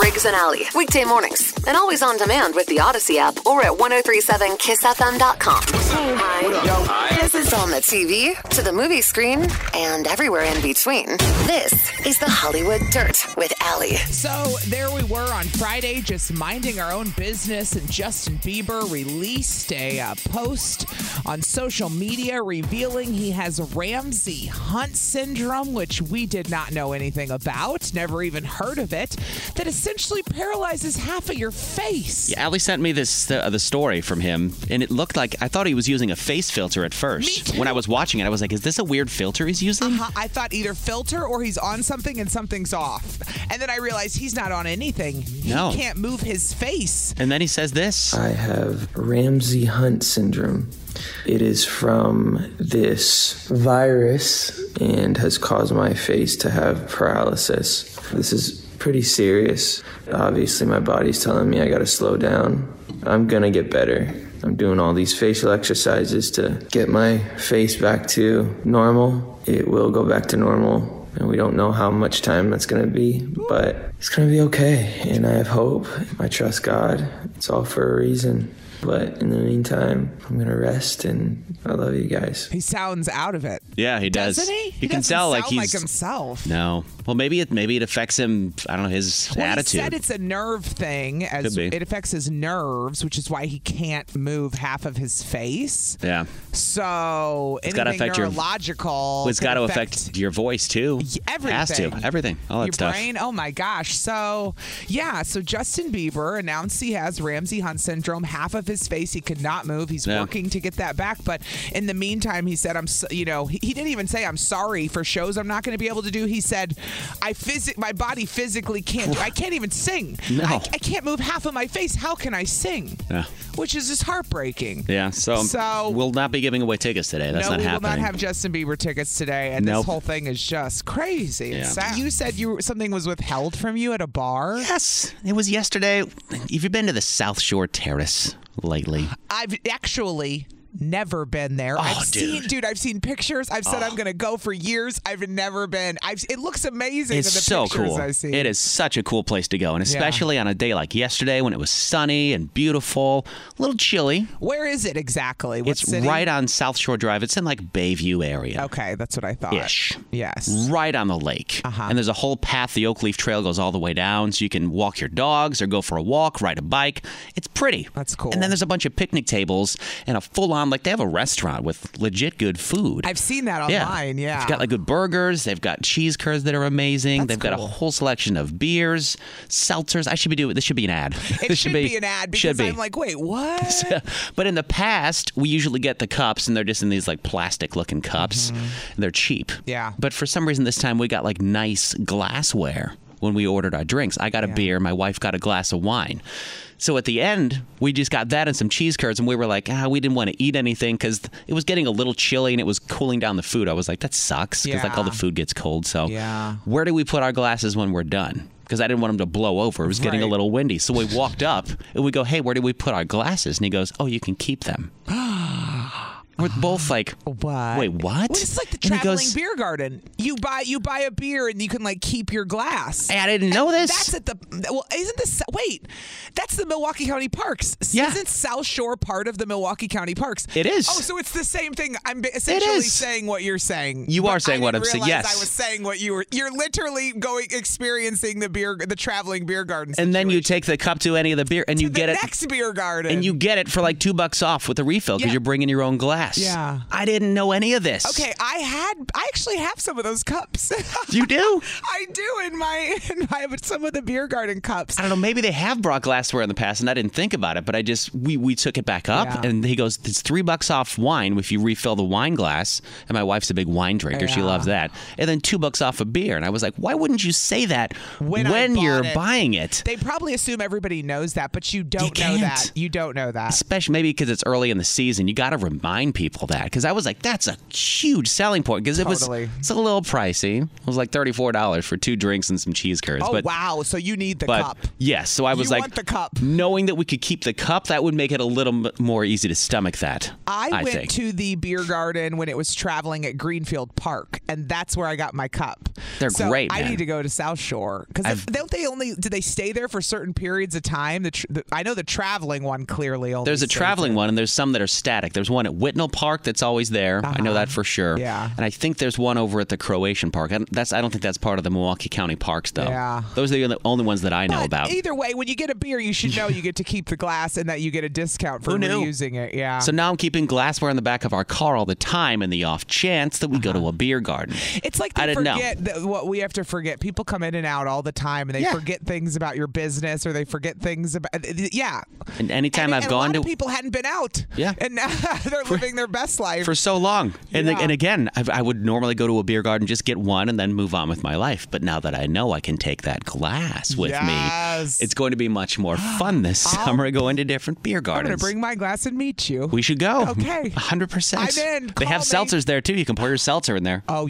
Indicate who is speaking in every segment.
Speaker 1: Riggs and Alley, weekday mornings, and always on demand with the Odyssey app or at 1037kissfm.com. This is on the TV, to the movie screen, and everywhere in between. This is the Hollywood Dirt with Alley.
Speaker 2: So there we were on Friday, just minding our own business, and Justin Bieber released a uh, post on social media revealing he has Ramsey Hunt syndrome, which we did not know anything about, never even heard of it, that essentially paralyzes half of your face.
Speaker 3: Yeah, Ali sent me this uh, the story from him, and it looked like I thought he was using a face filter at first.
Speaker 2: Me too.
Speaker 3: When I was watching it, I was like, "Is this a weird filter he's using?"
Speaker 2: Uh, I thought either filter or he's on something and something's off. And then I realized he's not on anything.
Speaker 3: No.
Speaker 2: He can't move his face.
Speaker 3: And then he says this.
Speaker 4: I have Ramsey Hunt syndrome. It is from this virus and has caused my face to have paralysis. This is pretty serious. Obviously, my body's telling me I gotta slow down. I'm gonna get better. I'm doing all these facial exercises to get my face back to normal. It will go back to normal. And we don't know how much time that's going to be, but it's going to be okay. And I have hope. I trust God. It's all for a reason. But in the meantime, I'm going to rest and I love you guys.
Speaker 2: He sounds out of it.
Speaker 3: Yeah, he does.
Speaker 2: Doesn't he?
Speaker 3: You
Speaker 2: He
Speaker 3: can
Speaker 2: doesn't
Speaker 3: tell
Speaker 2: sound
Speaker 3: like he's
Speaker 2: himself.
Speaker 3: no. Well, maybe it maybe it affects him. I don't know his
Speaker 2: Well,
Speaker 3: attitude.
Speaker 2: He said it's a nerve thing, as
Speaker 3: Could be.
Speaker 2: it affects his nerves, which is why he can't move half of his face.
Speaker 3: yeah,
Speaker 2: So
Speaker 3: It's
Speaker 2: anything
Speaker 3: gotta affect your-
Speaker 2: neurological,
Speaker 3: it's
Speaker 2: could
Speaker 3: got to affect your voice too.
Speaker 2: everything.
Speaker 3: Has to everything. All that
Speaker 2: your
Speaker 3: stuff.
Speaker 2: brain. Oh my gosh. So yeah. So Justin Bieber announced he has Ramsey Hunt syndrome. Half of his face he could not move. He's
Speaker 3: Yeah.
Speaker 2: working to get that back, but in the meantime, he said, "I'm." So, you know, he, he didn't even say, "I'm sorry for shows I'm not going to be able to do." He said, "I physic my body physically can't. do- I can't even sing.
Speaker 3: No.
Speaker 2: I, I can't move half of my face. How can I sing?"
Speaker 3: Yeah.
Speaker 2: Which is just heartbreaking.
Speaker 3: Yeah. So, um,
Speaker 2: So-
Speaker 3: we'll not be giving away tickets today. That's
Speaker 2: no,
Speaker 3: not
Speaker 2: we
Speaker 3: happening.
Speaker 2: will not have Justin Bieber tickets today, and
Speaker 3: Nope.
Speaker 2: this whole thing is just crazy.
Speaker 3: Yeah.
Speaker 2: It's sad. You said you something was withheld from you at a bar.
Speaker 3: Yes, it was yesterday. Have you been to the South Shore Terrace lately?
Speaker 2: I've actually never been there. I've seen,
Speaker 3: Oh, dude. Oh.
Speaker 2: dude, I've seen pictures. I've said I'm going to go for years. I've never been. I've. It looks amazing.
Speaker 3: It's
Speaker 2: in the
Speaker 3: so
Speaker 2: pictures
Speaker 3: cool.
Speaker 2: I see.
Speaker 3: It is such a cool place to go, and especially on a day like yesterday when it was sunny and beautiful, a little chilly.
Speaker 2: Where is it exactly? What
Speaker 3: it's
Speaker 2: city?
Speaker 3: right on South Shore Drive. It's in like Bayview area.
Speaker 2: Okay, that's what I thought.
Speaker 3: Ish.
Speaker 2: Yes.
Speaker 3: Right on the lake. Uh-huh. And there's a whole path. The Oak Leaf Trail goes all the way down, so you can walk your dogs or go for a walk, ride a bike. It's pretty.
Speaker 2: That's cool.
Speaker 3: And then there's a bunch of picnic tables and a full on, like, they have a restaurant with legit good food.
Speaker 2: I've seen that
Speaker 3: Yeah.
Speaker 2: online. Yeah.
Speaker 3: They've got like good burgers. They've got cheese curds that are amazing.
Speaker 2: That's
Speaker 3: They've got a
Speaker 2: cool.
Speaker 3: whole selection of beers, seltzers. I should be doing this. Should be an ad.
Speaker 2: it
Speaker 3: This
Speaker 2: should be, an ad because
Speaker 3: should be.
Speaker 2: I'm like, wait, what?
Speaker 3: but in the past, we usually get the cups, and they're just in these like plastic-looking cups, and they're cheap.
Speaker 2: Mm-hmm. Yeah.
Speaker 3: But for some reason, this time we got like nice glassware when we ordered our drinks. I got a beer. My wife got a glass of wine. So at the end, we just got that and some cheese curds, and we were like, ah, we didn't want to eat anything because it was getting a little chilly and it was cooling down the food. I was like, that sucks because like all the
Speaker 2: Yeah.
Speaker 3: food gets cold. So
Speaker 2: Yeah.
Speaker 3: where do we put our glasses when we're done? Because I didn't want them to blow over. It was getting a
Speaker 2: Right.
Speaker 3: little windy. So we walked up and we go, hey, where do we put our glasses? And he goes, oh, you can keep them. We're both like,
Speaker 2: what?
Speaker 3: Wait, what?
Speaker 2: Well, it's like the
Speaker 3: And he
Speaker 2: traveling
Speaker 3: goes,
Speaker 2: beer garden. You buy you buy a beer and you can like keep your glass.
Speaker 3: Hey, I didn't know this.
Speaker 2: That's at the well. Isn't this wait? That's the Milwaukee County Parks.
Speaker 3: Yeah.
Speaker 2: Isn't South Shore part of the Milwaukee County Parks?
Speaker 3: It is.
Speaker 2: Oh, so it's the same thing. I'm ba- essentially
Speaker 3: is.
Speaker 2: saying what you're saying.
Speaker 3: You
Speaker 2: But
Speaker 3: are saying
Speaker 2: I
Speaker 3: what
Speaker 2: didn't
Speaker 3: I'm saying,
Speaker 2: realize
Speaker 3: yes.
Speaker 2: I was saying what you were. You're literally going experiencing the beer, the traveling beer garden.
Speaker 3: and then you take the cup to any of the beer and you
Speaker 2: the
Speaker 3: get it
Speaker 2: next beer garden.
Speaker 3: and you get it for like two bucks off with a refill because
Speaker 2: Yeah.
Speaker 3: you're bringing your own glass.
Speaker 2: Yeah.
Speaker 3: I didn't know any of this.
Speaker 2: Okay, I had I actually have some of those cups.
Speaker 3: You do?
Speaker 2: I do in my in my some of the beer garden cups.
Speaker 3: I don't know. Maybe they have brought glassware in the past, and I didn't think about it. But I just we we took it back up,
Speaker 2: Yeah.
Speaker 3: and he goes, "It's three bucks off wine if you refill the wine glass." And my wife's a big wine drinker; she loves that. And then two bucks off a beer. And I was like, "Why wouldn't you say that
Speaker 2: When I bought
Speaker 3: you're
Speaker 2: it.
Speaker 3: buying it?"
Speaker 2: They probably assume everybody knows that, but you don't know
Speaker 3: can't.
Speaker 2: that. You don't know that.
Speaker 3: Especially maybe because it's early in the season, you got to remind people that. Because I was like, that's a huge selling point because it
Speaker 2: Totally.
Speaker 3: was it's a little pricey. It was like thirty four dollars for two drinks and some cheese curds.
Speaker 2: Oh
Speaker 3: but
Speaker 2: wow! So you need the
Speaker 3: but
Speaker 2: cup.
Speaker 3: yes, so I was
Speaker 2: You
Speaker 3: like,
Speaker 2: want the cup.
Speaker 3: knowing that we could keep the cup, that would make it a little m- more easy to stomach that.
Speaker 2: I, went
Speaker 3: think.
Speaker 2: to the beer garden when it was traveling at Greenfield Park, and that's where I got my cup.
Speaker 3: They're
Speaker 2: So
Speaker 3: great,
Speaker 2: I
Speaker 3: man.
Speaker 2: need to go to South Shore because
Speaker 3: I've-
Speaker 2: don't they only do they stay there for certain periods of time? The, tr- the I know the traveling one clearly only.
Speaker 3: There's a
Speaker 2: stays
Speaker 3: traveling one, and there's some that are static. There's one at Whitnell Park that's always there. I know that for sure.
Speaker 2: Uh-huh. Yeah.
Speaker 3: And I think there's one over at the Croatian Park. I don't, that's I don't think that's part of the Milwaukee County Parks though.
Speaker 2: Yeah.
Speaker 3: Those are the only ones that I know
Speaker 2: But
Speaker 3: about.
Speaker 2: Either way, when you get a beer, you should know you get to keep the glass and that you get a discount for
Speaker 3: Who knew?
Speaker 2: reusing it. Yeah.
Speaker 3: So now I'm keeping glassware in the back of our car all the time in the off chance that we go to a beer garden.
Speaker 2: Uh-huh. It's like
Speaker 3: I
Speaker 2: they
Speaker 3: didn't know.
Speaker 2: forget that what we have to forget. People come in and out all the time, and they
Speaker 3: Yeah.
Speaker 2: forget things about your business, or they forget things about uh, yeah.
Speaker 3: And anytime
Speaker 2: and,
Speaker 3: I've
Speaker 2: and a
Speaker 3: gone
Speaker 2: lot
Speaker 3: to
Speaker 2: of people hadn't been out,
Speaker 3: Yeah.
Speaker 2: and now they're living their best life.
Speaker 3: for so long, and
Speaker 2: Yeah.
Speaker 3: and again, I, I would normally go to a beer garden, just get one, and then move on with my life. But now that I know I can take that glass with
Speaker 2: Yes.
Speaker 3: me, it's going to be much more fun this summer going to different beer
Speaker 2: I'm gonna
Speaker 3: gardens.
Speaker 2: bring my glass and meet you.
Speaker 3: we should go.
Speaker 2: Okay.
Speaker 3: 100%.
Speaker 2: I'm in.
Speaker 3: They have
Speaker 2: Call me.
Speaker 3: seltzers there too. You can pour your seltzer in there.
Speaker 2: oh,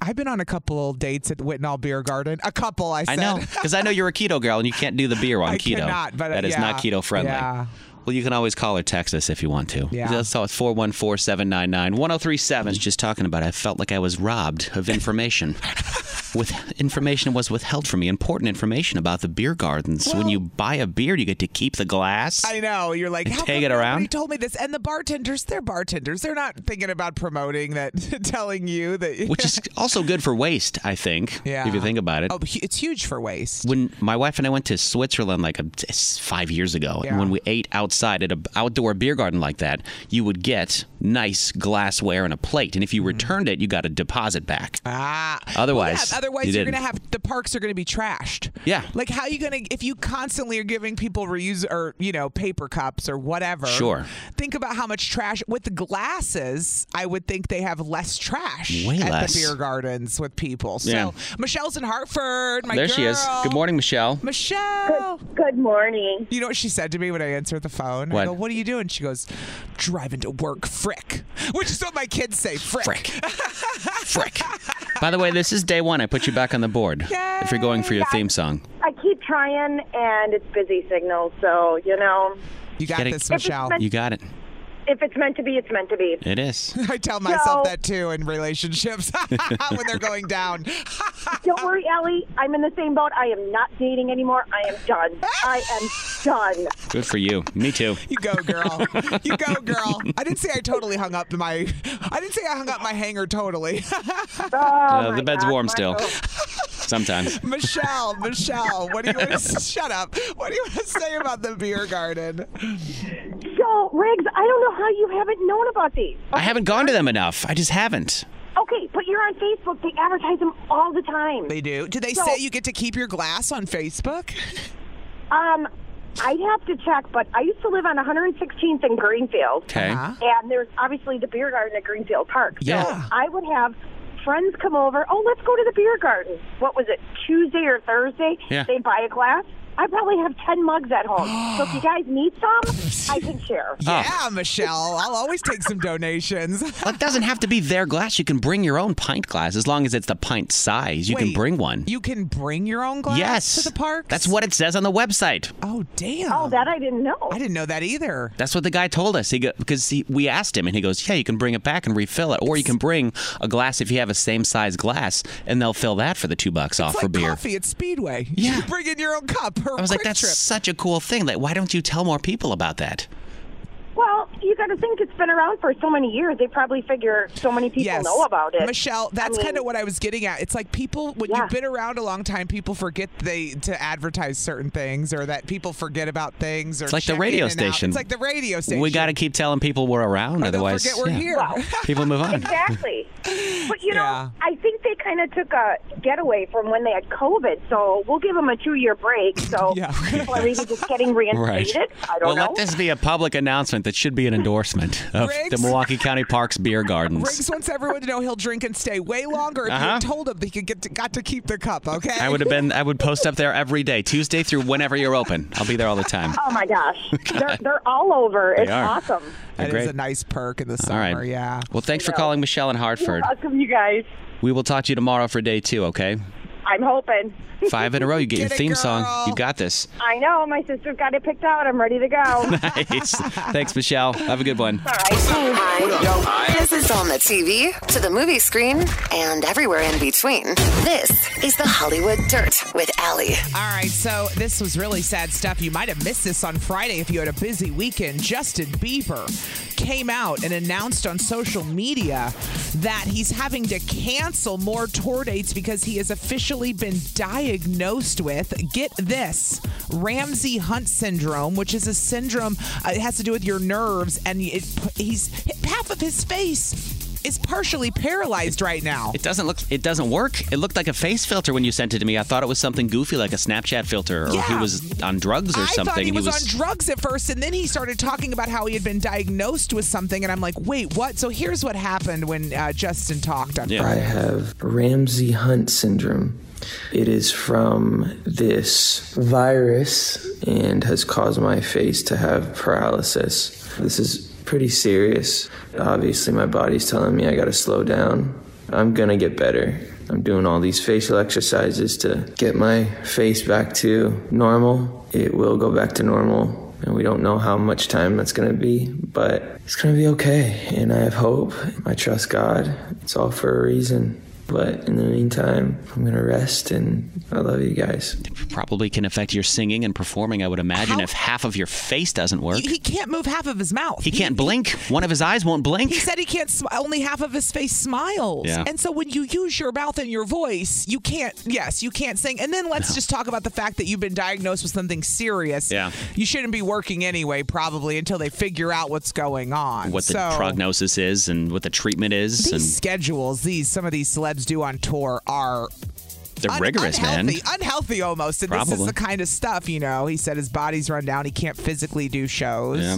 Speaker 2: I've been on a couple dates at Whitnall Beer Garden. A couple, I
Speaker 3: I
Speaker 2: said.
Speaker 3: know, because I know you're a keto girl and you can't do the beer on
Speaker 2: I
Speaker 3: keto.
Speaker 2: cannot, but, uh,
Speaker 3: that is not
Speaker 2: yeah,
Speaker 3: keto friendly.
Speaker 2: yeah.
Speaker 3: Well, you can always call or text us if you want to.
Speaker 2: Yeah.
Speaker 3: That's all. It's 414 799 1037. is just talking about I felt like I was robbed of information. With information was withheld from me, important information about the beer gardens. when you buy a beer, you get to keep the glass.
Speaker 2: I know. You're like, how
Speaker 3: Take
Speaker 2: come
Speaker 3: it around?
Speaker 2: nobody told me this. And the bartenders, they're bartenders. They're not thinking about promoting that, telling you that.
Speaker 3: which is also good for waste, I think,
Speaker 2: yeah.
Speaker 3: if you think about it.
Speaker 2: Oh, hu- it's huge for waste.
Speaker 3: when my wife and I went to Switzerland like a, five years ago,
Speaker 2: Yeah.
Speaker 3: and when we ate outside at an outdoor beer garden like that, you would get nice glassware and a plate, and if
Speaker 2: Mm.
Speaker 3: you returned it, you got a deposit back.
Speaker 2: Ah.
Speaker 3: Otherwise,
Speaker 2: yeah, otherwise
Speaker 3: you
Speaker 2: you're
Speaker 3: didn't.
Speaker 2: gonna have the parks are gonna be trashed.
Speaker 3: Yeah.
Speaker 2: Like how you gonna if you constantly are giving people reuse or you know paper cups or whatever.
Speaker 3: Sure.
Speaker 2: Think about how much trash with the glasses. I would think they have less trash
Speaker 3: Way
Speaker 2: at
Speaker 3: less.
Speaker 2: the beer gardens with people. So
Speaker 3: Yeah.
Speaker 2: Michelle's in Hartford. My
Speaker 3: there she is.
Speaker 2: girl.
Speaker 3: Good morning, Michelle.
Speaker 2: Michelle.
Speaker 5: Good morning.
Speaker 2: You know what she said to me when I answered the phone?
Speaker 3: What?
Speaker 2: I go, "What are you doing?" She goes, "Driving to work, frick," which is what my kids say, frick.
Speaker 3: Frick. Frick. By the way, this is day one. I put you back on the board. If you're going for your theme song,
Speaker 5: I keep trying, and it's busy signal, so you know,
Speaker 2: You got
Speaker 3: Gotta-
Speaker 2: this, Michelle.
Speaker 3: you got it.
Speaker 5: if it's meant to be, it's meant to be.
Speaker 3: It is.
Speaker 2: I tell myself
Speaker 5: No.
Speaker 2: that too in relationships when they're going down.
Speaker 5: Don't worry, Ellie. I'm in the same boat. I am not dating anymore. I am done. I am done.
Speaker 3: Good for you. Me too.
Speaker 2: You go, girl. You go, girl. I didn't say I totally hung up my. I didn't say I hung up my hanger totally.
Speaker 5: Oh,
Speaker 3: Uh,
Speaker 5: my
Speaker 3: the bed's
Speaker 5: God,
Speaker 3: warm
Speaker 5: my
Speaker 3: still.
Speaker 5: God.
Speaker 3: Sometimes.
Speaker 2: Michelle, Michelle, what do you want to shut up? What do you want to say about the beer garden?
Speaker 5: So, Riggs, I don't know how you haven't known about these.
Speaker 3: I haven't gone to them enough. I just haven't.
Speaker 5: Okay, but you're on Facebook. They advertise them all the time.
Speaker 2: They do. Do they say you get to keep your glass on Facebook?
Speaker 5: Um, I'd have to check, but I used to live on 116th and Greenfield.
Speaker 2: Uh-huh.
Speaker 3: Okay.
Speaker 5: And there's obviously the beer garden at Greenfield Park.
Speaker 3: Yeah.
Speaker 5: So I would have friends come over. Oh, let's go to the beer garden. What was it, Tuesday or Thursday?
Speaker 3: Yeah.
Speaker 5: They'd buy a glass. I probably have 10 mugs at home. so if you guys need some, I can share.
Speaker 3: Ah.
Speaker 2: Yeah, Michelle. I'll always take some donations.
Speaker 3: Well, it doesn't have to be their glass. You can bring your own pint glass as long as it's the pint size. You can
Speaker 2: Wait,
Speaker 3: bring one.
Speaker 2: You can bring your own glass
Speaker 3: yes.
Speaker 2: to the park.
Speaker 3: That's what it says on the website.
Speaker 2: Oh damn.
Speaker 5: Oh, that I didn't know.
Speaker 2: I didn't know that either.
Speaker 3: That's what the guy told us. He go, because he, we asked him, and he goes, "Yeah, you can bring it back and refill it, or you can bring a glass if you have a same size glass, and they'll fill that for the two bucks off
Speaker 2: It's
Speaker 3: for
Speaker 2: like
Speaker 3: beer."
Speaker 2: coffee at Speedway.
Speaker 3: Yeah.
Speaker 2: You bring in your own cup. Or
Speaker 3: I was like,
Speaker 2: quick
Speaker 3: "That's
Speaker 2: trip.
Speaker 3: such a cool thing. Like, why don't you tell more people about that?"
Speaker 5: Well, you got to think it's been around for so many years. They probably figure so many people
Speaker 2: yes.
Speaker 5: know about it.
Speaker 2: Michelle, that's kind of what I was getting at. It's like people when
Speaker 5: Yeah.
Speaker 2: you've been around a long time, people forget they to advertise certain things or that people forget about things or
Speaker 3: It's like the
Speaker 2: check in
Speaker 3: radio
Speaker 2: and out.
Speaker 3: station.
Speaker 2: It's like the radio station.
Speaker 3: We got to keep telling people we're around,
Speaker 2: They'll
Speaker 3: otherwise,
Speaker 2: forget we're
Speaker 3: yeah,
Speaker 2: here.
Speaker 5: Wow.
Speaker 3: people move on.
Speaker 5: Exactly. But you know,
Speaker 2: Yeah.
Speaker 5: I think they kind of took a getaway from when they had COVID, so we'll give them a two-year break. So
Speaker 2: Yeah.
Speaker 5: people are either just getting reinstated. I don't
Speaker 3: well,
Speaker 5: know.
Speaker 3: let this be a public announcement that should be an endorsement of the
Speaker 2: Riggs.
Speaker 3: Milwaukee County Parks Beer Gardens.
Speaker 2: Riggs wants everyone to know he'll drink and stay way longer. If
Speaker 3: Uh-huh.
Speaker 2: you told him, they could get to, got to keep the cup. Okay.
Speaker 3: I would have been. I would post up there every day, Tuesday through whenever you're open. I'll be there all the time.
Speaker 5: Oh my gosh, they're, they're all over. It's
Speaker 3: are.
Speaker 5: awesome.
Speaker 2: That is
Speaker 3: Great.
Speaker 2: a nice perk in the
Speaker 3: All
Speaker 2: summer.
Speaker 3: right.
Speaker 2: Yeah.
Speaker 3: Well, thanks for calling Michelle in Hartford.
Speaker 5: Welcome, you guys.
Speaker 3: We will talk to you tomorrow for day two. Okay.
Speaker 5: I'm hoping.
Speaker 3: Five in a row. You get,
Speaker 2: Get
Speaker 3: your
Speaker 2: it,
Speaker 3: theme song.
Speaker 2: girl.
Speaker 3: You got this.
Speaker 5: I know my sister got it picked out. I'm ready to go.
Speaker 3: Nice. thanks, Michelle. Have a good one.
Speaker 1: Hi. This is on the TV, to the movie screen, and everywhere in between. This is the Hollywood Dirt with Allie.
Speaker 2: All right, so this was really sad stuff. You might have missed this on Friday if you had a busy weekend. Justin Bieber came out and announced on social media that he's having to cancel more tour dates because he has officially been diagnosed with, get this, Ramsey Hunt syndrome, which is a syndrome, uh, it has to do with your nerves, and it, he's half of his face. Is partially paralyzed right now.
Speaker 3: It doesn't look. It doesn't work. It looked like a face filter when you sent it to me. I thought it was something goofy, like a Snapchat filter, or he
Speaker 2: Yeah.
Speaker 3: was on drugs or
Speaker 2: I
Speaker 3: something.
Speaker 2: thought he was, on drugs at first, and then he started talking about how he had been diagnosed with something, and I'm like, wait, what? So here's what happened when uh, Justin talked on
Speaker 3: Yeah.
Speaker 4: I
Speaker 2: Friday.
Speaker 4: have Ramsey Hunt syndrome. It is from this virus and has caused my face to have paralysis. This is pretty serious. Obviously, my body's telling me I gotta slow down. I'm gonna get better. I'm doing all these facial exercises to get my face back to normal. It will go back to normal and we don't know how much time that's going to be, but it's going to be okay. And I have hope. I trust God. It's all for a reason. But in the meantime, I'm going to rest and I love you guys.
Speaker 3: Probably can affect your singing and performing. I would imagine
Speaker 2: How-
Speaker 3: if half of your face doesn't work.
Speaker 2: He, he can't move half of his mouth.
Speaker 3: He can't blink. One of his eyes won't blink.
Speaker 2: He said he can't. Sm- only half of his face smiles,
Speaker 3: Yeah.
Speaker 2: and so when you use your mouth and your voice, you can't. Yes, you can't sing. And then let's just talk about the fact that you've been diagnosed with something serious.
Speaker 3: Yeah.
Speaker 2: you shouldn't be working anyway, probably until they figure out what's going on.
Speaker 3: What the
Speaker 2: so,
Speaker 3: prognosis is and what the treatment is,
Speaker 2: These
Speaker 3: and
Speaker 2: schedules, these some of these celebs do on tour are
Speaker 3: they're
Speaker 2: un-
Speaker 3: rigorous, man.
Speaker 2: unhealthy, unhealthy almost. And this
Speaker 3: Probably.
Speaker 2: is the kind of stuff, you know. He said his body's run down; he can't physically do shows.
Speaker 3: Yeah.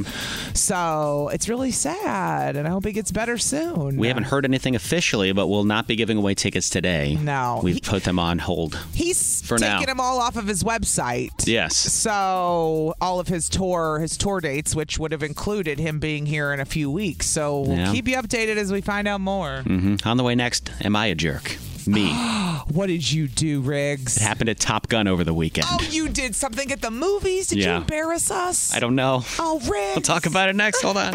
Speaker 2: So it's really sad, and I hope he gets better soon.
Speaker 3: We haven't heard anything officially, but we'll not be giving away tickets today.
Speaker 2: No.
Speaker 3: we've
Speaker 2: He-
Speaker 3: put them on hold.
Speaker 2: He's
Speaker 3: For
Speaker 2: taking
Speaker 3: now.
Speaker 2: them all off of his website.
Speaker 3: Yes,
Speaker 2: So all of his tour, his tour dates, which would have included him being here in a few weeks. So we'll
Speaker 3: Yeah.
Speaker 2: keep you updated as we find out more.
Speaker 3: hmm on the way next. Am I a jerk? Me. it
Speaker 2: What did you do, Riggs?
Speaker 3: happened at Top Gun over the weekend.
Speaker 2: Oh, you did something at the movies? Did
Speaker 3: Yeah.
Speaker 2: you embarrass us?
Speaker 3: I don't know.
Speaker 2: Oh, Riggs.
Speaker 3: We'll talk about it next. Hold on.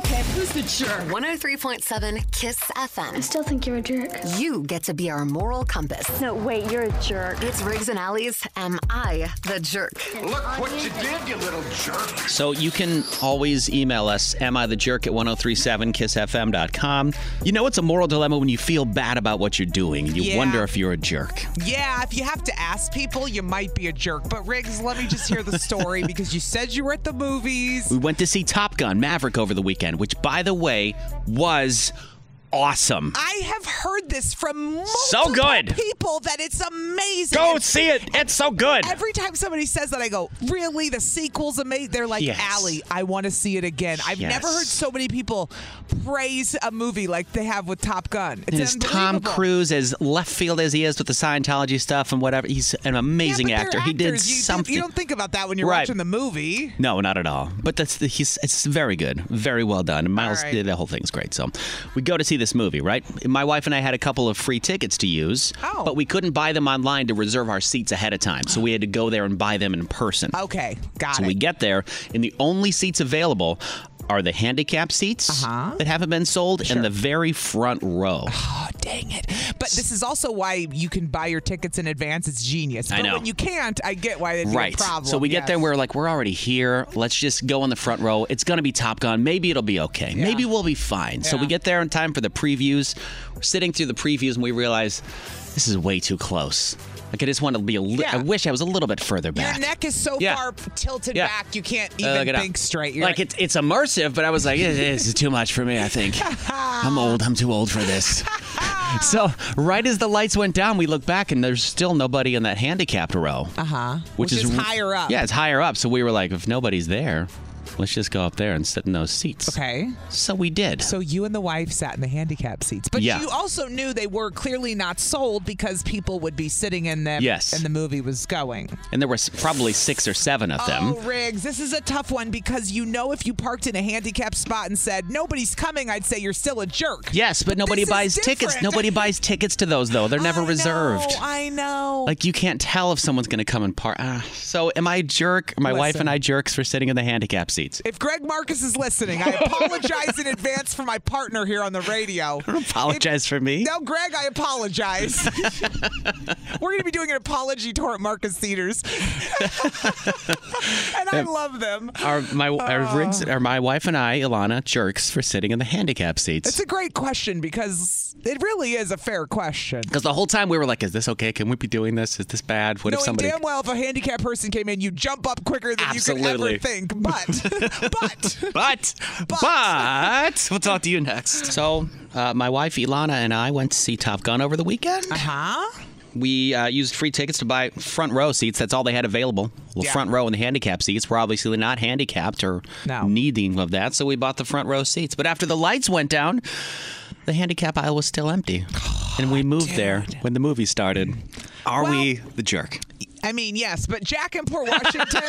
Speaker 1: 103.7 Kiss FM.
Speaker 6: Still think you're a jerk.
Speaker 1: You get to be our moral compass.
Speaker 6: No, wait, you're a jerk.
Speaker 1: It's Riggs and Allies. Am I the jerk?
Speaker 3: So you can always email us, am I the jerk at 1037kissfm.com. You know, it's a moral dilemma when you feel bad about what you're doing and you
Speaker 2: Yeah.
Speaker 3: wonder if you're a jerk.
Speaker 2: Yeah, if you have to ask people, you might be a jerk. But Riggs, let me just hear the story because you said you were at the movies.
Speaker 3: We went to see Top Gun Maverick over the weekend, which, by the way, was awesome.
Speaker 2: I have heard this from multiple
Speaker 3: So good.
Speaker 2: people that it's amazing.
Speaker 3: Go
Speaker 2: And
Speaker 3: see it. It's so good.
Speaker 2: Every time somebody says that, I go, "Really? The sequel's amazing." They're like,
Speaker 3: Yes.
Speaker 2: "Allie, I want to see it again." I've never
Speaker 3: Yes.
Speaker 2: heard so many people praise a movie like they have with Top Gun.
Speaker 3: And as Tom
Speaker 2: unbelievable.
Speaker 3: Cruise, as left field as he is with the Scientology stuff and whatever, he's an amazing
Speaker 2: Yeah, but
Speaker 3: actor.
Speaker 2: they're
Speaker 3: He did
Speaker 2: actors. You-
Speaker 3: something.
Speaker 2: You don't think about that when you're
Speaker 3: Right.
Speaker 2: watching the movie.
Speaker 3: no, not at all. But that's the, he's it's very good, very well done. And Miles,
Speaker 2: right.
Speaker 3: did the whole thing's great. So we go to see this movie, right? My wife and I had a couple of free tickets to use,
Speaker 2: Oh.
Speaker 3: but we couldn't buy them online to reserve our seats ahead of time. So we had to go there and buy them in person.
Speaker 2: Okay, got
Speaker 3: So
Speaker 2: it.
Speaker 3: we get there, and the only seats available are the handicap seats
Speaker 2: Uh-huh.
Speaker 3: that haven't been sold and the very front row.
Speaker 2: Oh, dang it. But this is also why you can buy your tickets in advance. It's genius.
Speaker 3: I
Speaker 2: But
Speaker 3: know.
Speaker 2: when you can't, I get why it'd
Speaker 3: Right.
Speaker 2: be a problem.
Speaker 3: So we get
Speaker 2: yes.
Speaker 3: there and we're like, we're already here. Let's just go in the front row. It's going to be Top Gun. Maybe it'll be okay. Maybe we'll be fine. So
Speaker 2: Yeah.
Speaker 3: we get there in time for the previews. We're sitting through the previews and we realize this is way too close. Like, I just want to be a little,
Speaker 2: Yeah.
Speaker 3: I wish I was a little bit further back.
Speaker 2: Your neck is so
Speaker 3: Yeah.
Speaker 2: far tilted
Speaker 3: Yeah.
Speaker 2: back, you can't
Speaker 3: Uh,
Speaker 2: even
Speaker 3: look it up.
Speaker 2: think straight. You're
Speaker 3: like, it's it's immersive, but I was like, this is too much for me. I think I'm old. I'm too old for this. so right as the lights went down, we look back and there's still nobody in that handicapped row. Uh huh.
Speaker 2: Which is higher up.
Speaker 3: Yeah, it's higher up. So we were like, if nobody's there, let's just go up there and sit in those seats.
Speaker 2: okay.
Speaker 3: So we did.
Speaker 2: So you and the wife sat in the handicap seats, but
Speaker 3: Yeah.
Speaker 2: you also knew they were clearly not sold because people would be sitting in them.
Speaker 3: Yes.
Speaker 2: and the movie was going.
Speaker 3: and there was probably six or seven of them.
Speaker 2: Oh, Riggs, this is a tough one because you know if you parked in a handicapped spot and said nobody's coming, I'd say you're still a jerk.
Speaker 3: Yes, but, nobody
Speaker 2: this is
Speaker 3: buys tickets.
Speaker 2: different.
Speaker 3: Nobody buys tickets to those though. They're never
Speaker 2: I know,
Speaker 3: reserved.
Speaker 2: I know.
Speaker 3: Like you can't tell if someone's going to come and park. Ah, so am I a jerk? My wife
Speaker 2: Listen.
Speaker 3: and I jerks for sitting in the handicap seats.
Speaker 2: If Greg Marcus is listening, I apologize in advance for my partner here on the radio.
Speaker 3: Apologize for me.
Speaker 2: No, Greg, I apologize. We're going to be doing an apology tour at Marcus Theaters. and I love them.
Speaker 3: Our my our rigs, or my wife and I, Ilana, jerks for sitting in the handicap
Speaker 2: It's
Speaker 3: seats.
Speaker 2: a great question because it really is a fair question.
Speaker 3: Because the whole time we were like, "Is this okay? Can we be doing this? Is this bad? What if
Speaker 2: Knowing
Speaker 3: somebody?"
Speaker 2: damn well if a handicapped person came in, you jump up quicker than
Speaker 3: Absolutely.
Speaker 2: you could ever think. But, but,
Speaker 3: But, but, we'll talk to you next. So, uh, my wife Ilana and I went to see Top Gun over the weekend.
Speaker 2: huh?
Speaker 3: We uh, used free tickets to buy front row seats. That's all they had available. Well,
Speaker 2: Yeah.
Speaker 3: front row and the handicap seats were obviously not handicapped or
Speaker 2: No.
Speaker 3: needing of that, so we bought the front row seats. But after the lights went down, the handicap aisle was still empty, and we moved there when the movie started. Are we the jerk?
Speaker 2: I mean, yes, but Jack in Port Washington.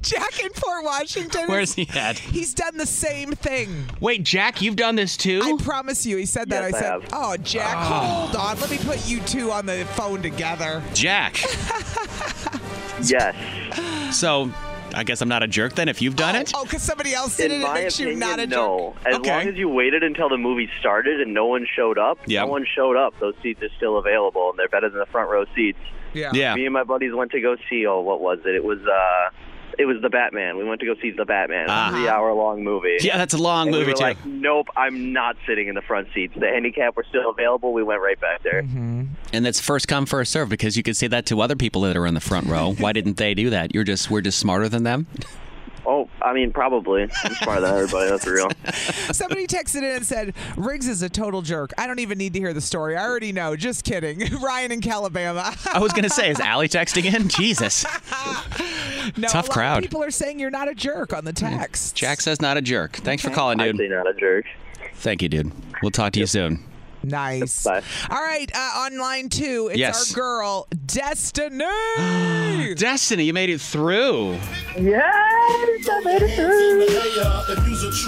Speaker 2: Jack in Port Washington. is-
Speaker 3: Where's he at?
Speaker 2: He's done the same thing.
Speaker 3: Wait, Jack, you've done this too.
Speaker 2: I promise you, he said that.
Speaker 7: Yes,
Speaker 2: I
Speaker 7: I
Speaker 2: said,
Speaker 7: have.
Speaker 2: "Oh, Jack,
Speaker 3: Ah.
Speaker 2: hold on. Let me put you two on the phone together."
Speaker 3: Jack.
Speaker 7: Yes.
Speaker 3: so, I guess I'm not a jerk then if you've done it.
Speaker 2: Oh, because somebody else did it.
Speaker 7: In
Speaker 2: It
Speaker 7: my
Speaker 2: makes
Speaker 7: opinion,
Speaker 2: you not a
Speaker 7: no.
Speaker 2: jerk.
Speaker 7: As
Speaker 3: Okay.
Speaker 7: long as you waited until the movie started and no one showed up,
Speaker 3: Yeah.
Speaker 7: no one showed up. Those seats are still available, and they're better than the front row seats.
Speaker 2: Yeah.
Speaker 3: Yeah.
Speaker 7: Me and my buddies went to go see. Oh, what was it? It was uh, it was the Batman. We went to go see the Batman,
Speaker 3: Ah.
Speaker 7: a three-hour-long movie.
Speaker 3: Yeah, that's a long
Speaker 7: And we
Speaker 3: movie
Speaker 7: were
Speaker 3: too.
Speaker 7: like, nope, I'm not sitting in the front seats. The handicap were still available. We went right back there.
Speaker 3: And that's first come first serve because you could say that to other people that are in the front row. Why didn't they do that? You're just we're just smarter than them.
Speaker 7: Oh, I mean, probably. I'm smarter than everybody. That's for real.
Speaker 2: Somebody texted in and said, "Riggs is a total jerk. I don't even need to hear the story. I already know. Just kidding." Ryan in Calabama.
Speaker 3: I was gonna say, is Allie texting in? Jesus,
Speaker 2: no,
Speaker 3: Tough
Speaker 2: a lot of
Speaker 3: crowd. Mm.
Speaker 2: people are saying you're not a jerk on the text.
Speaker 3: Jack says not a jerk. Thanks for calling,
Speaker 7: I'd say
Speaker 3: dude.
Speaker 7: not a jerk.
Speaker 3: Thank you, dude. We'll talk to you soon.
Speaker 2: Nice.
Speaker 7: Bye.
Speaker 2: All right, uh, on line two, it's
Speaker 3: Yes.
Speaker 2: our girl, Destiny.
Speaker 3: Destiny, you made it through.
Speaker 5: Yes, I made it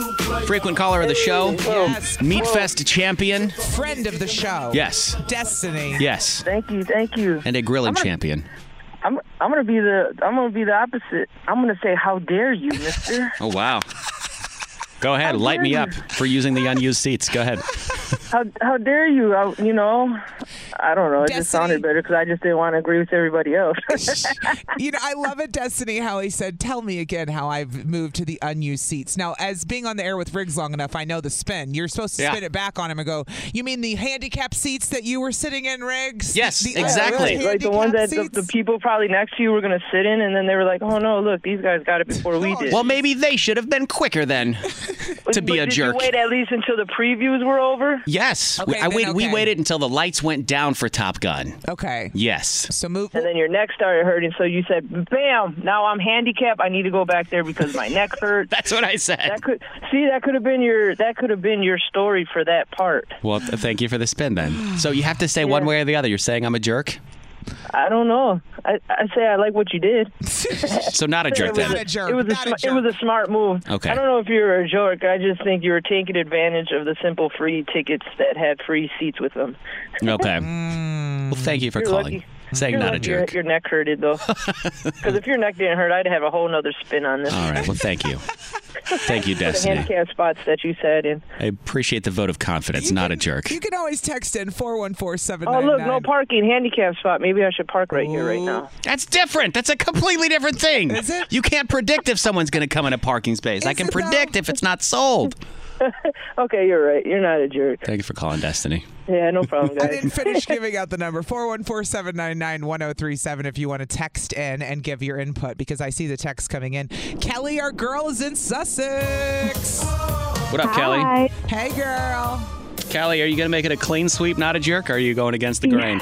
Speaker 5: through.
Speaker 3: Frequent caller of the show,
Speaker 2: Yes.
Speaker 3: Meatfest champion.
Speaker 2: Friend of the show.
Speaker 3: Yes,
Speaker 2: Destiny.
Speaker 3: yes,
Speaker 8: Thank you, thank you.
Speaker 3: and a grilling champion.
Speaker 8: I'm I'm gonna be the I'm gonna be the opposite. I'm gonna say, how dare you, Mister?
Speaker 3: Oh wow. Go ahead, light me up for using the unused seats. Go ahead.
Speaker 8: how how dare you? I, you know, I don't know. It just sounded better because I just didn't want to agree with everybody else.
Speaker 2: you know, I love it, Destiny, how he said, Tell me again how I've moved to the unused seats. Now, as being on the air with Riggs long enough, I know the spin. You're supposed to
Speaker 3: Yeah.
Speaker 2: spin it back on him and go, You mean the handicapped seats that you were sitting in, Riggs?
Speaker 3: Yes,
Speaker 2: The-
Speaker 8: Right, like the ones that the, the people probably next to you were going to sit in, and then they were like, "Oh no, look, these guys got it before we did."
Speaker 3: Well, maybe they should have been quicker then to be
Speaker 8: But
Speaker 3: a
Speaker 8: did
Speaker 3: jerk.
Speaker 8: You wait at least until the previews were over.
Speaker 3: Yes,
Speaker 8: Okay,
Speaker 3: I
Speaker 8: then
Speaker 3: wait. We
Speaker 8: okay.
Speaker 3: waited until the lights went down for Top Gun.
Speaker 2: Okay.
Speaker 3: Yes.
Speaker 2: So move.
Speaker 8: And then your neck started hurting, so you said, "Bam! Now I'm handicapped. I need to go back there because my neck hurt."
Speaker 3: That's what I said.
Speaker 8: That could see that could have been your that could have been your story for that part.
Speaker 3: Well, th- thank you for the spin then. So you have to say one way or the other. You're saying I'm a jerk.
Speaker 8: I don't know. I, I say I like what you did.
Speaker 3: So not a jerk then.
Speaker 8: It was It was, a, sm- it was a smart move.
Speaker 3: Okay.
Speaker 8: I don't know if you're a jerk. I just think you were taking advantage of the simple free tickets that had free seats with them.
Speaker 3: Okay. Well, thank you for
Speaker 8: You're
Speaker 3: calling.
Speaker 8: lucky.
Speaker 3: Saying
Speaker 8: You're
Speaker 3: not a
Speaker 8: lucky your-
Speaker 3: jerk.
Speaker 8: Your neck hurted though, because if your neck didn't hurt, I'd have a whole nother spin on this.
Speaker 3: All right. Well, thank you. Thank you,
Speaker 8: The
Speaker 3: Destiny.
Speaker 8: handicap spots that you sat in.
Speaker 3: I appreciate the vote of confidence. Not a jerk.
Speaker 2: You can always text in 414
Speaker 8: Oh look, no parking, handicap spot. Maybe I should park right here, right now.
Speaker 3: That's different. That's a completely different thing. Is it? You can't predict if someone's going to come in a parking space. I can predict if it's not sold.
Speaker 8: okay, you're right. You're not a jerk.
Speaker 3: Thank you for calling, Destiny.
Speaker 8: Yeah, no problem,
Speaker 2: I
Speaker 8: guys.
Speaker 2: didn't finish giving out the number 414-799-1037 if you want to text in and give your input because I see the text coming in. Kelly, our girl is in Sussex.
Speaker 3: What up, Kelly?
Speaker 2: Hey, girl.
Speaker 3: Kelly, are you going to make it a clean sweep, not a jerk, or are you going against the grain?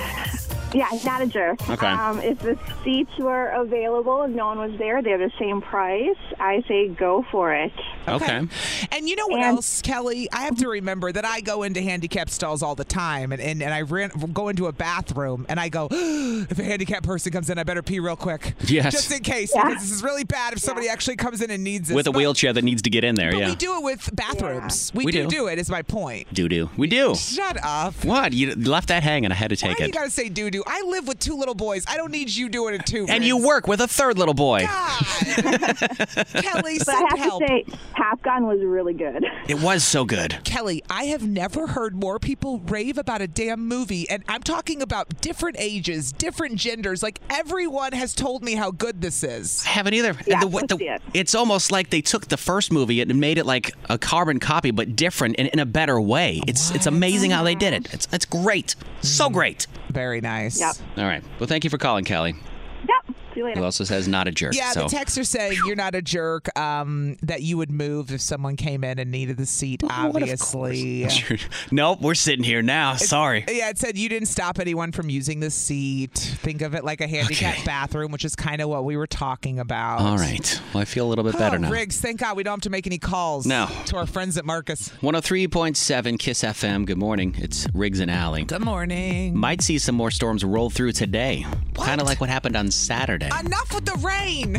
Speaker 6: Yeah, not a jerk.
Speaker 3: Okay.
Speaker 6: Um, if the seats were available and no one was there, they're the same price. I say go for it.
Speaker 3: Okay.
Speaker 2: And you know what else, Kelly? I have to remember that I go into handicapped stalls all the time, and, and, and I ran, go into a bathroom and I go, if a handicapped person comes in, I better pee real quick.
Speaker 3: Yes.
Speaker 2: Just in case, because this is really bad if somebody actually comes in and needs this.
Speaker 3: With a
Speaker 2: But-
Speaker 3: wheelchair that needs to get in there,
Speaker 2: but
Speaker 3: yeah.
Speaker 2: we do it with bathrooms. We,
Speaker 3: We
Speaker 2: do,
Speaker 3: do.
Speaker 2: do it, is my point.
Speaker 3: Do do. We do.
Speaker 2: Shut up.
Speaker 3: What? You left that hanging. I had to take
Speaker 2: Why do you
Speaker 3: it.
Speaker 2: gotta say doo doo? I live with two little boys. I don't need you doing it too.
Speaker 3: And you work with a third little boy.
Speaker 2: Kelly,
Speaker 6: but I
Speaker 2: send
Speaker 6: have
Speaker 2: help.
Speaker 6: to say, Top Gun was really good.
Speaker 3: It was so good.
Speaker 2: Kelly, I have never heard more people rave about a damn movie, and I'm talking about different ages, different genders. Like everyone has told me how good this is.
Speaker 3: I haven't either. And the wa- the- It's almost like they took the first movie and made it like a carbon copy, but different and in a better way. It's it's amazing how they did
Speaker 2: Oh
Speaker 3: it. It's it's great.
Speaker 2: Mm.
Speaker 3: So great.
Speaker 2: Very nice.
Speaker 6: Yep.
Speaker 3: All right. Well, thank you for calling, Kelly.
Speaker 6: Yep. See you
Speaker 3: Who
Speaker 6: later.
Speaker 3: also says not a jerk.
Speaker 2: Yeah,
Speaker 3: so.
Speaker 2: the texts are saying you're not a jerk. Um, that you would move if someone came in and needed the seat.
Speaker 6: Oh,
Speaker 2: Obviously.
Speaker 3: nope, we're sitting here now.
Speaker 2: It's-
Speaker 3: Sorry.
Speaker 2: Yeah, it said you didn't stop anyone from using the seat. Think of it like a handicapped bathroom, which is kind of what we were talking about.
Speaker 3: All right. Well, I feel a little bit better
Speaker 2: oh,
Speaker 3: now.
Speaker 2: Riggs, thank God we don't have to make any calls.
Speaker 3: No.
Speaker 2: To our friends at Marcus.
Speaker 3: 103.7 Kiss FM. Good morning. It's Riggs and Alley.
Speaker 2: Good morning.
Speaker 3: Might see some more storms roll through today. Kind of like what happened on Saturday.
Speaker 2: Enough with the rain.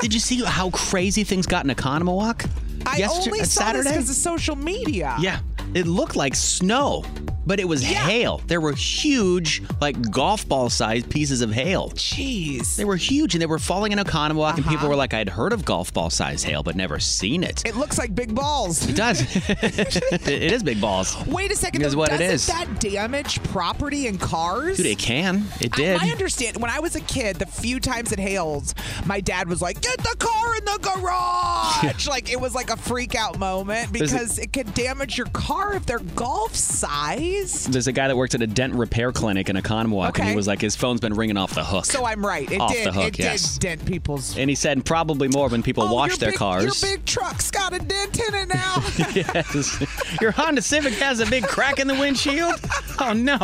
Speaker 3: Did you see how crazy things got in Economawalk?
Speaker 2: I
Speaker 3: Yester-
Speaker 2: only
Speaker 3: uh,
Speaker 2: saw
Speaker 3: Saturday?
Speaker 2: because of social media.
Speaker 3: Yeah. It looked like snow, but it was hail. There were huge, like golf ball sized pieces of hail.
Speaker 2: Jeez.
Speaker 3: They were huge and they were falling in Economawalk, and people were like, I'd heard of golf ball sized hail, but never seen Uh-huh. it.
Speaker 2: It looks like big balls.
Speaker 3: It does. it is big balls.
Speaker 2: Wait a second.
Speaker 3: Is
Speaker 2: though,
Speaker 3: what it
Speaker 2: doesn't
Speaker 3: is.
Speaker 2: that damage property and cars?
Speaker 3: Dude, it can. It did.
Speaker 2: I understand. When I was a kid, the few times it hailed, my dad was like, "Get the car in the garage!" like it was like a freak out moment
Speaker 3: There's a-
Speaker 2: because it could damage your car if they're golf size.
Speaker 3: There's a guy that works at a dent repair clinic in Economawalk, and he
Speaker 2: Okay.
Speaker 3: was like, his phone's been ringing off the hook.
Speaker 2: So I'm right. It
Speaker 3: Off
Speaker 2: did.
Speaker 3: the hook,
Speaker 2: it
Speaker 3: yes.
Speaker 2: did dent people's.
Speaker 3: and he said probably more when people wash their
Speaker 2: Oh, big,
Speaker 3: cars.
Speaker 2: Your big truck's got a dent in it now.
Speaker 3: yes. Your Honda Civic has a big crack in the windshield. Oh no.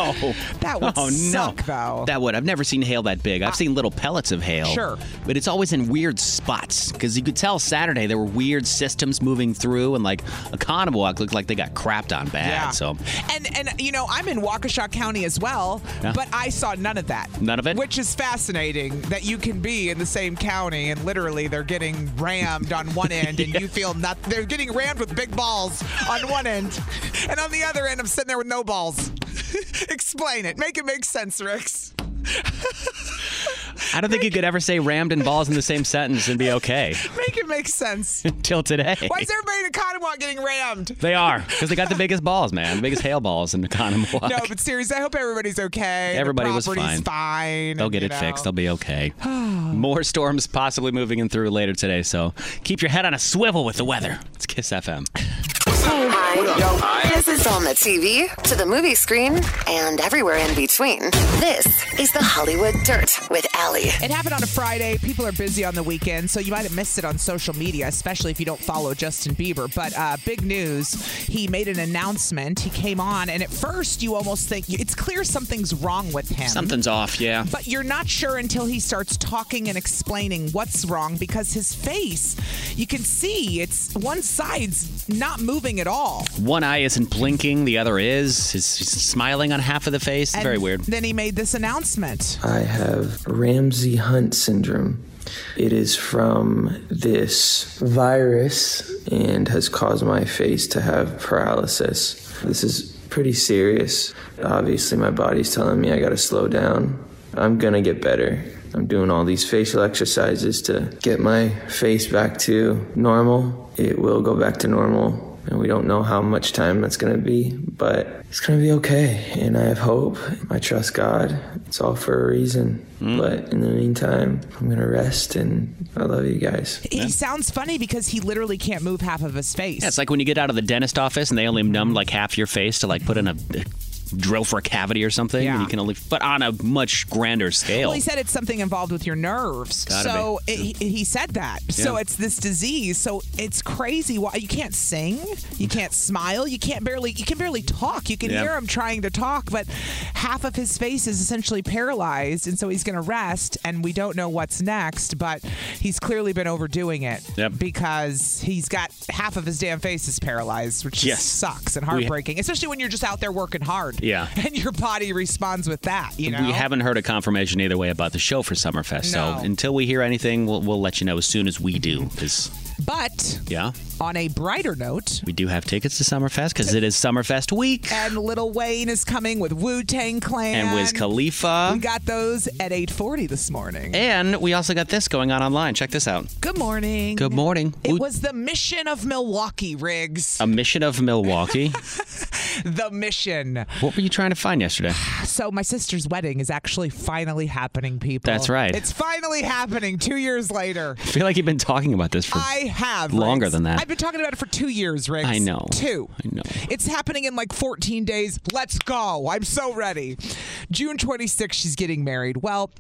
Speaker 2: That would
Speaker 3: oh,
Speaker 2: suck,
Speaker 3: no.
Speaker 2: though.
Speaker 3: That would. I've never seen hail that big. I've seen little pellets of hail.
Speaker 2: Sure.
Speaker 3: But it's always in weird spots because you could tell Saturday there were weird systems moving through, and like Economawalk looked like they got crapped on bad.
Speaker 2: Yeah.
Speaker 3: So
Speaker 2: And and you know, I'm in Waukesha County as well,
Speaker 3: Yeah.
Speaker 2: but I saw none of that.
Speaker 3: None of it?
Speaker 2: Which is fascinating that you can be in the same county and literally they're getting rammed on one end and you feel not they're getting rammed with big balls on one end. And on the other end I'm sitting there with no balls. Explain it. Make it make sense, Rex.
Speaker 3: I don't think you could ever say rammed and balls in the same sentence and be okay
Speaker 2: Make it make sense.
Speaker 3: until today.
Speaker 2: Why is everybody in Oconomowoc getting rammed?
Speaker 3: They are because they got the biggest balls, man. The biggest hail balls in the Oconomowoc.
Speaker 2: No, but seriously, I hope everybody's okay. The
Speaker 3: Everybody was
Speaker 2: property's
Speaker 3: fine.
Speaker 2: fine.
Speaker 3: They'll get
Speaker 2: you
Speaker 3: it
Speaker 2: know.
Speaker 3: fixed. They'll be okay. More storms possibly moving in through later today, so keep your head on a swivel with the weather. It's Kiss FM.
Speaker 1: This is on the TV, to the movie screen, and everywhere in between. This is the Hollywood Dirt with Allie.
Speaker 2: It happened on a Friday. People are busy on the weekend, so you might have missed it on social media, especially if you don't follow Justin Bieber. But uh, big news, he made an announcement. He came on, and at first, you almost think it's clear something's wrong with him.
Speaker 3: Something's off, yeah.
Speaker 2: But you're not sure until he starts talking and explaining what's wrong because his face, you can see it's one side's not moving at all.
Speaker 3: One eye isn't blinking, the other is. He's he's smiling on half of the face. It's
Speaker 2: And
Speaker 3: Very weird.
Speaker 2: Then he made this announcement.
Speaker 4: I have Ramsey Hunt syndrome. It is from this virus and has caused my face to have paralysis. This is pretty serious. Obviously, my body's telling me I gotta slow down. I'm gonna get better. I'm doing all these facial exercises to get my face back to normal. It will go back to normal. And we don't know how much time that's going to be, but it's going to be okay. And I have hope. I trust God. It's all for a reason. But in the meantime, I'm going to rest and I love you guys.
Speaker 2: He sounds funny because he literally can't move half of his face.
Speaker 3: Yeah, it's like when you get out of the dentist office and they only numb like half your face to like put in a, a drill for a cavity or something. And you can only, but on a much grander scale.
Speaker 2: Well, he said it's something involved with your nerves.
Speaker 3: Oh. Gotta
Speaker 2: so it, he, he said that. So
Speaker 3: Yeah.
Speaker 2: it's this disease. So it's crazy. Why you can't sing, you can't smile, you can't barely you can barely talk. You can
Speaker 3: Yeah.
Speaker 2: hear him trying to talk, but half of his face is essentially paralyzed, and so he's going to rest. And we don't know what's next, but he's clearly been overdoing it because he's got half of his damn face is paralyzed, which
Speaker 3: Yes.
Speaker 2: just sucks and
Speaker 3: We-
Speaker 2: heartbreaking, especially when you're just out there working hard.
Speaker 3: Yeah.
Speaker 2: and your body responds with that. You know,
Speaker 3: We haven't heard a confirmation either way about the show for Summerfest.
Speaker 2: No.
Speaker 3: So until we hear anything, we'll, we'll let you know as soon as we do. Because,
Speaker 2: but.
Speaker 3: yeah,
Speaker 2: On a brighter note,
Speaker 3: we do have tickets to Summerfest because it is Summerfest week.
Speaker 2: and Little Wayne is coming with Wu Tang Clan
Speaker 3: And Wiz Khalifa.
Speaker 2: We got those at 8:40 this morning.
Speaker 3: And we also got this going on online. Check this out.
Speaker 2: Good morning.
Speaker 3: Good morning.
Speaker 2: It was the mission of Milwaukee, Riggs.
Speaker 3: a mission of Milwaukee.
Speaker 2: The mission.
Speaker 3: what were you trying to find yesterday?
Speaker 2: So my sister's wedding is actually finally happening, people.
Speaker 3: That's right.
Speaker 2: It's finally happening. Two years later.
Speaker 3: I feel like you've been talking about this for.
Speaker 2: I have
Speaker 3: Longer
Speaker 2: Riggs.
Speaker 3: than that.
Speaker 2: I've been talking about it for two years, Riggs.
Speaker 3: I know.
Speaker 2: Two.
Speaker 3: I know.
Speaker 2: It's happening in like 14 days. Let's go. I'm so ready. June 26th, she's getting married. Well,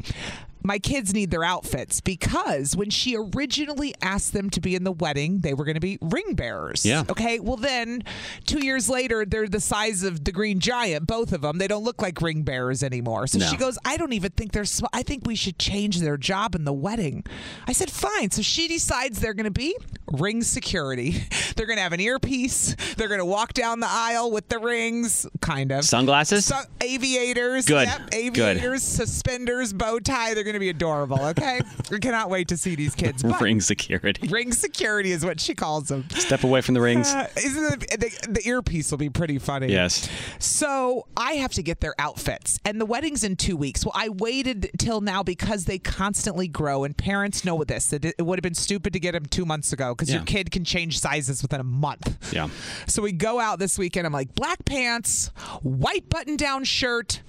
Speaker 2: my kids need their outfits because when she originally asked them to be in the wedding, they were going to be ring bearers.
Speaker 3: Yeah.
Speaker 2: Okay. Well, then two years later, they're the size of the Green Giant, both of them. They don't look like ring bearers anymore. So
Speaker 3: No.
Speaker 2: she goes, I don't even think they're, sm- I think we should change their job in the wedding. I said, fine. So she decides they're going to be ring security. They're going to have an earpiece. They're going to walk down the aisle with the rings, kind of.
Speaker 3: Sunglasses?
Speaker 2: Sun- aviators.
Speaker 3: Good.
Speaker 2: Yep.
Speaker 3: Good.
Speaker 2: Aviators, suspenders, bow tie. They're going to be adorable. Okay. I cannot wait to see these kids. But
Speaker 3: Ring security.
Speaker 2: ring security is what she calls them.
Speaker 3: Step away from the rings.
Speaker 2: Uh, isn't the, the, the earpiece will be pretty funny?
Speaker 3: Yes.
Speaker 2: So I have to get their outfits, and the wedding's in two weeks. Well, I waited till now because they constantly grow, and parents know this that it would have been stupid to get them two months ago because your
Speaker 3: Yeah.
Speaker 2: kid can change sizes within a month.
Speaker 3: Yeah.
Speaker 2: So we go out this weekend. I'm like, black pants, white button down shirt,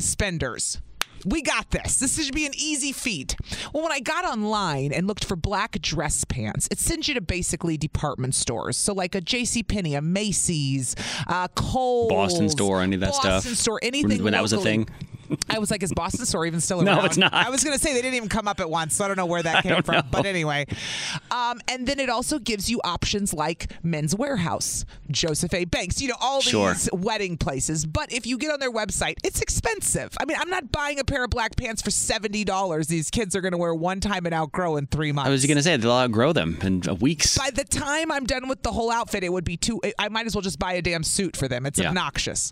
Speaker 2: suspenders. We got this. This should be an easy feat. Well, when I got online and looked for black dress pants, it sends you to basically department stores. So, like a JCPenney, a Macy's, uh, Kohl's.
Speaker 3: Boston store, any of that stuff.
Speaker 2: Boston store,
Speaker 3: When-
Speaker 2: anything.
Speaker 3: when that was a
Speaker 2: locally.
Speaker 3: thing.
Speaker 2: I was like, is Boston store even still
Speaker 3: No,
Speaker 2: around?
Speaker 3: it's not.
Speaker 2: I was going to say they didn't even come up at once, so I don't know where that
Speaker 3: I
Speaker 2: came
Speaker 3: don't
Speaker 2: from.
Speaker 3: know.
Speaker 2: But anyway, um, and then it also gives you options like Men's Warehouse, Joseph A. Banks, you know, all
Speaker 3: Sure.
Speaker 2: these wedding places. But if you get on their website, it's expensive. I mean, I'm not buying a pair of black pants for seventy dollars. These kids are going to wear one time and outgrow in three months.
Speaker 3: I was going to say they'll outgrow them in weeks.
Speaker 2: By the time I'm done with the whole outfit, it would be too. I might as well just buy a damn suit for them. It's
Speaker 3: Yeah.
Speaker 2: obnoxious.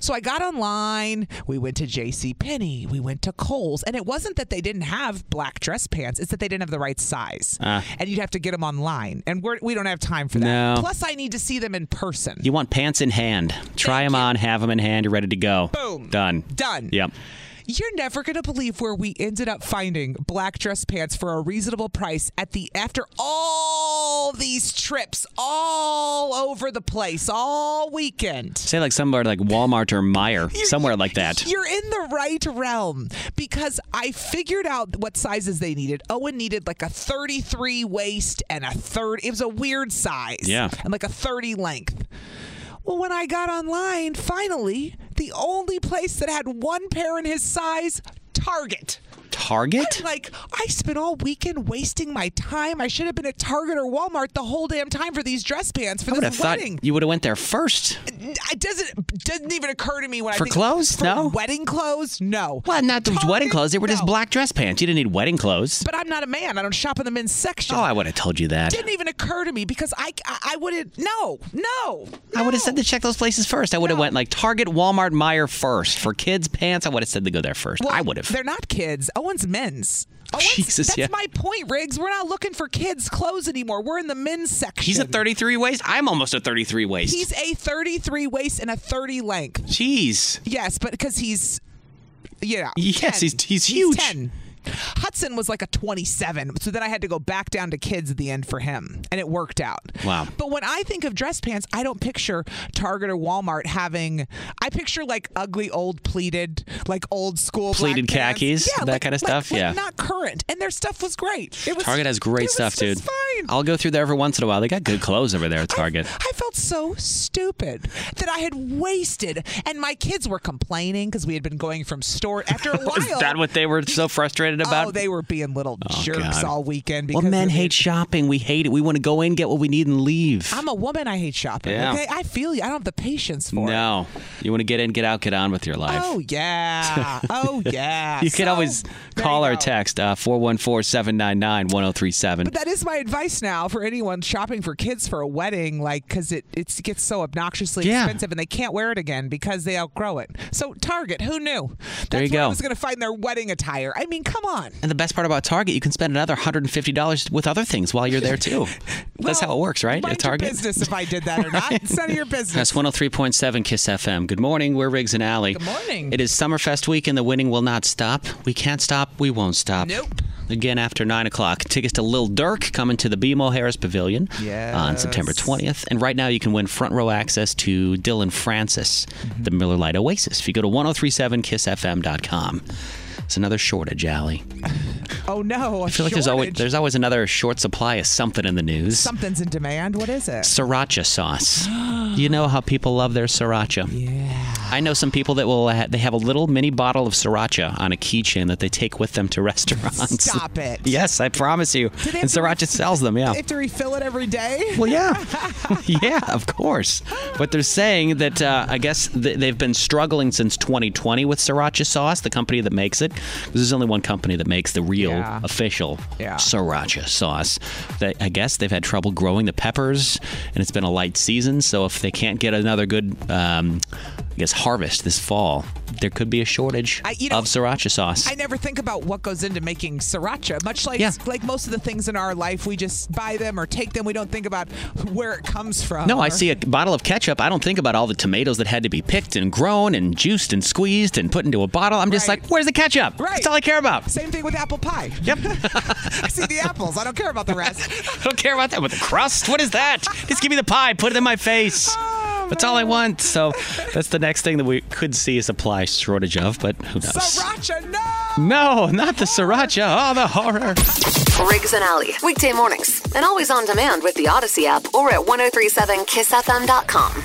Speaker 2: So I got online. We went to J.C. Penney. We went to Kohl's, and it wasn't that they didn't have black dress pants. It's that they didn't have the right size,
Speaker 3: Ah.
Speaker 2: and you'd have to get them online, and we're, we don't have time for that.
Speaker 3: No.
Speaker 2: Plus, I need to see them in person.
Speaker 3: You want pants in hand. Try them on, have them in hand. You're ready to go.
Speaker 2: Boom.
Speaker 3: Done.
Speaker 2: Done.
Speaker 3: Yep.
Speaker 2: You're never going to believe where we ended up finding black dress pants for a reasonable price at the after all these trips all over the place all weekend.
Speaker 3: Say like somewhere like Walmart or Meyer, somewhere like that.
Speaker 2: You're in the right realm because I figured out what sizes they needed. Owen needed like a 33 waist and a third. It was a weird size.
Speaker 3: Yeah.
Speaker 2: And like a 30 length. Well, when I got online, finally, the only place that had one pair in his size, Target.
Speaker 3: Target?
Speaker 2: I'm like, I spent all weekend wasting my time. I should have been at Target or Walmart the whole damn time for these dress pants for
Speaker 3: I would have
Speaker 2: this
Speaker 3: thought
Speaker 2: wedding.
Speaker 3: you would have went there first.
Speaker 2: It doesn't doesn't even occur to me when I
Speaker 3: For
Speaker 2: think
Speaker 3: clothes?
Speaker 2: for
Speaker 3: No.
Speaker 2: wedding clothes. No.
Speaker 3: Well, not the wedding clothes. They were just black dress pants. You didn't need wedding clothes.
Speaker 2: But I'm not a man. I don't shop in the men's section.
Speaker 3: oh, I would have told you that.
Speaker 2: Didn't even occur to me because I I, I wouldn't. No, no.
Speaker 3: I would have said to check those places first. I would have went like Target, Walmart, Meyer first. For kids' pants, I would have said to go there first. I would have.
Speaker 2: They're not kids. Owen's men's. Owen's,
Speaker 3: Jesus,
Speaker 2: that's
Speaker 3: yeah.
Speaker 2: my point, Riggs. We're not looking for kids' clothes anymore. We're in the men's section.
Speaker 3: He's a 33 waist. I'm almost a 33 waist.
Speaker 2: He's a 33 waist and a 30 length.
Speaker 3: Jeez.
Speaker 2: Yes, but because he's, yeah.
Speaker 3: Yes,
Speaker 2: 10.
Speaker 3: he's- he's huge.
Speaker 2: 10. Hudson was like a 27, so then I had to go back down to kids at the end for him, and it worked out.
Speaker 3: Wow.
Speaker 2: But when I think of dress pants, I don't picture Target or Walmart having. I picture like ugly, old pleated, like old school black
Speaker 3: Pleated
Speaker 2: pants.
Speaker 3: khakis,
Speaker 2: Yeah,
Speaker 3: that
Speaker 2: like-
Speaker 3: kind of
Speaker 2: like-
Speaker 3: stuff.
Speaker 2: like
Speaker 3: yeah.
Speaker 2: not current, and their stuff was great. It was,
Speaker 3: Target has
Speaker 2: it
Speaker 3: great
Speaker 2: was
Speaker 3: stuff,
Speaker 2: just
Speaker 3: dude. I'll go through there every once in a while. They got good clothes over there at Target.
Speaker 2: I felt so stupid that I had wasted, and my kids were complaining because we had been going from store after a while.
Speaker 3: Is that what they were so frustrated about?
Speaker 2: Oh, they were being little
Speaker 3: Oh,
Speaker 2: jerks
Speaker 3: God.
Speaker 2: all weekend.
Speaker 3: Well,
Speaker 2: Because
Speaker 3: men
Speaker 2: of
Speaker 3: hate shopping. We hate it. We want to go in, get what we need, and leave.
Speaker 2: I'm a woman. I hate shopping.
Speaker 3: Yeah.
Speaker 2: Okay, I feel you. I don't have the patience for it.
Speaker 3: no, you want to get in, get out, get on with your life.
Speaker 2: Oh yeah. Oh yeah.
Speaker 3: you can always call or text uh, 414 799 1037.
Speaker 2: But that is my advice now for anyone shopping for kids for a wedding, like because it it's, gets so obnoxiously
Speaker 3: Yeah.
Speaker 2: expensive and they can't wear it again because they outgrow it. So Target, who knew? That's
Speaker 3: There you
Speaker 2: where I
Speaker 3: go.
Speaker 2: was going to find their wedding attire. I mean, come on.
Speaker 3: And the best part about Target, you can spend another $150 with other things while you're there, too. That's how it works, right? At
Speaker 2: Mind your
Speaker 3: Target?
Speaker 2: business if I did that or not. It's none of your business.
Speaker 3: That's 103.7 Kiss FM. Good morning. We're Riggs and Alley. Good
Speaker 2: morning.
Speaker 3: It is Summerfest week and the winning will not stop. We can't stop. We won't stop. Nope. Again after 9 o'clock. Tickets to Lil Durk coming to the BMO Harris Pavilion on September 20th. And right now you can win front row access to Dylan Francis, the Miller Lite Oasis. If you go to 1037kissfm.com. It's another shortage, Alley.
Speaker 2: Oh no!
Speaker 3: I feel like there's always there's always another short supply of something in the news.
Speaker 2: something's in demand. What is it?
Speaker 3: sriracha sauce. you know how people love their sriracha. Yeah. I know some people that will ha- they have a little mini bottle of sriracha on a keychain that they take with them to restaurants.
Speaker 2: Stop it.
Speaker 3: yes, I promise you. And sriracha sells them, yeah.
Speaker 2: They have to refill it every day.
Speaker 3: Well, yeah. yeah, of course. But they're saying that uh, I guess th- they've been struggling since 2020 with sriracha sauce, the company that makes it. 'Cause There's only one company that makes the real
Speaker 2: Yeah.
Speaker 3: official sriracha sauce. They, I guess they've had trouble growing the peppers, and it's been a light season. So if they can't get another good, um, I guess, harvest this fall, there could be a shortage
Speaker 2: I- you know,
Speaker 3: of sriracha sauce.
Speaker 2: I never think about what goes into making sriracha. Much like
Speaker 3: Yeah.
Speaker 2: like most of the things in our life, we just buy them or take them. We don't think about where it comes from.
Speaker 3: No, I
Speaker 2: or-
Speaker 3: see a bottle of ketchup. I don't think about all the tomatoes that had to be picked and grown and juiced and squeezed and put into a bottle. I'm just like, where's the ketchup?
Speaker 2: Right.
Speaker 3: That's all I care about.
Speaker 2: Same thing with apple pie. Yep. I see the apples. I don't care about the rest.
Speaker 3: I don't care about that. With the crust? What is that? just give me the pie. Put it in my face.
Speaker 2: Oh,
Speaker 3: that's all I want. So that's the next thing that we could see a supply shortage of, but who knows?
Speaker 2: Sriracha, no!
Speaker 3: No, not the sriracha. Oh, the horror.
Speaker 1: Riggs and Alley, weekday mornings, and always on demand with the Odyssey app or at 1037kissfm.com.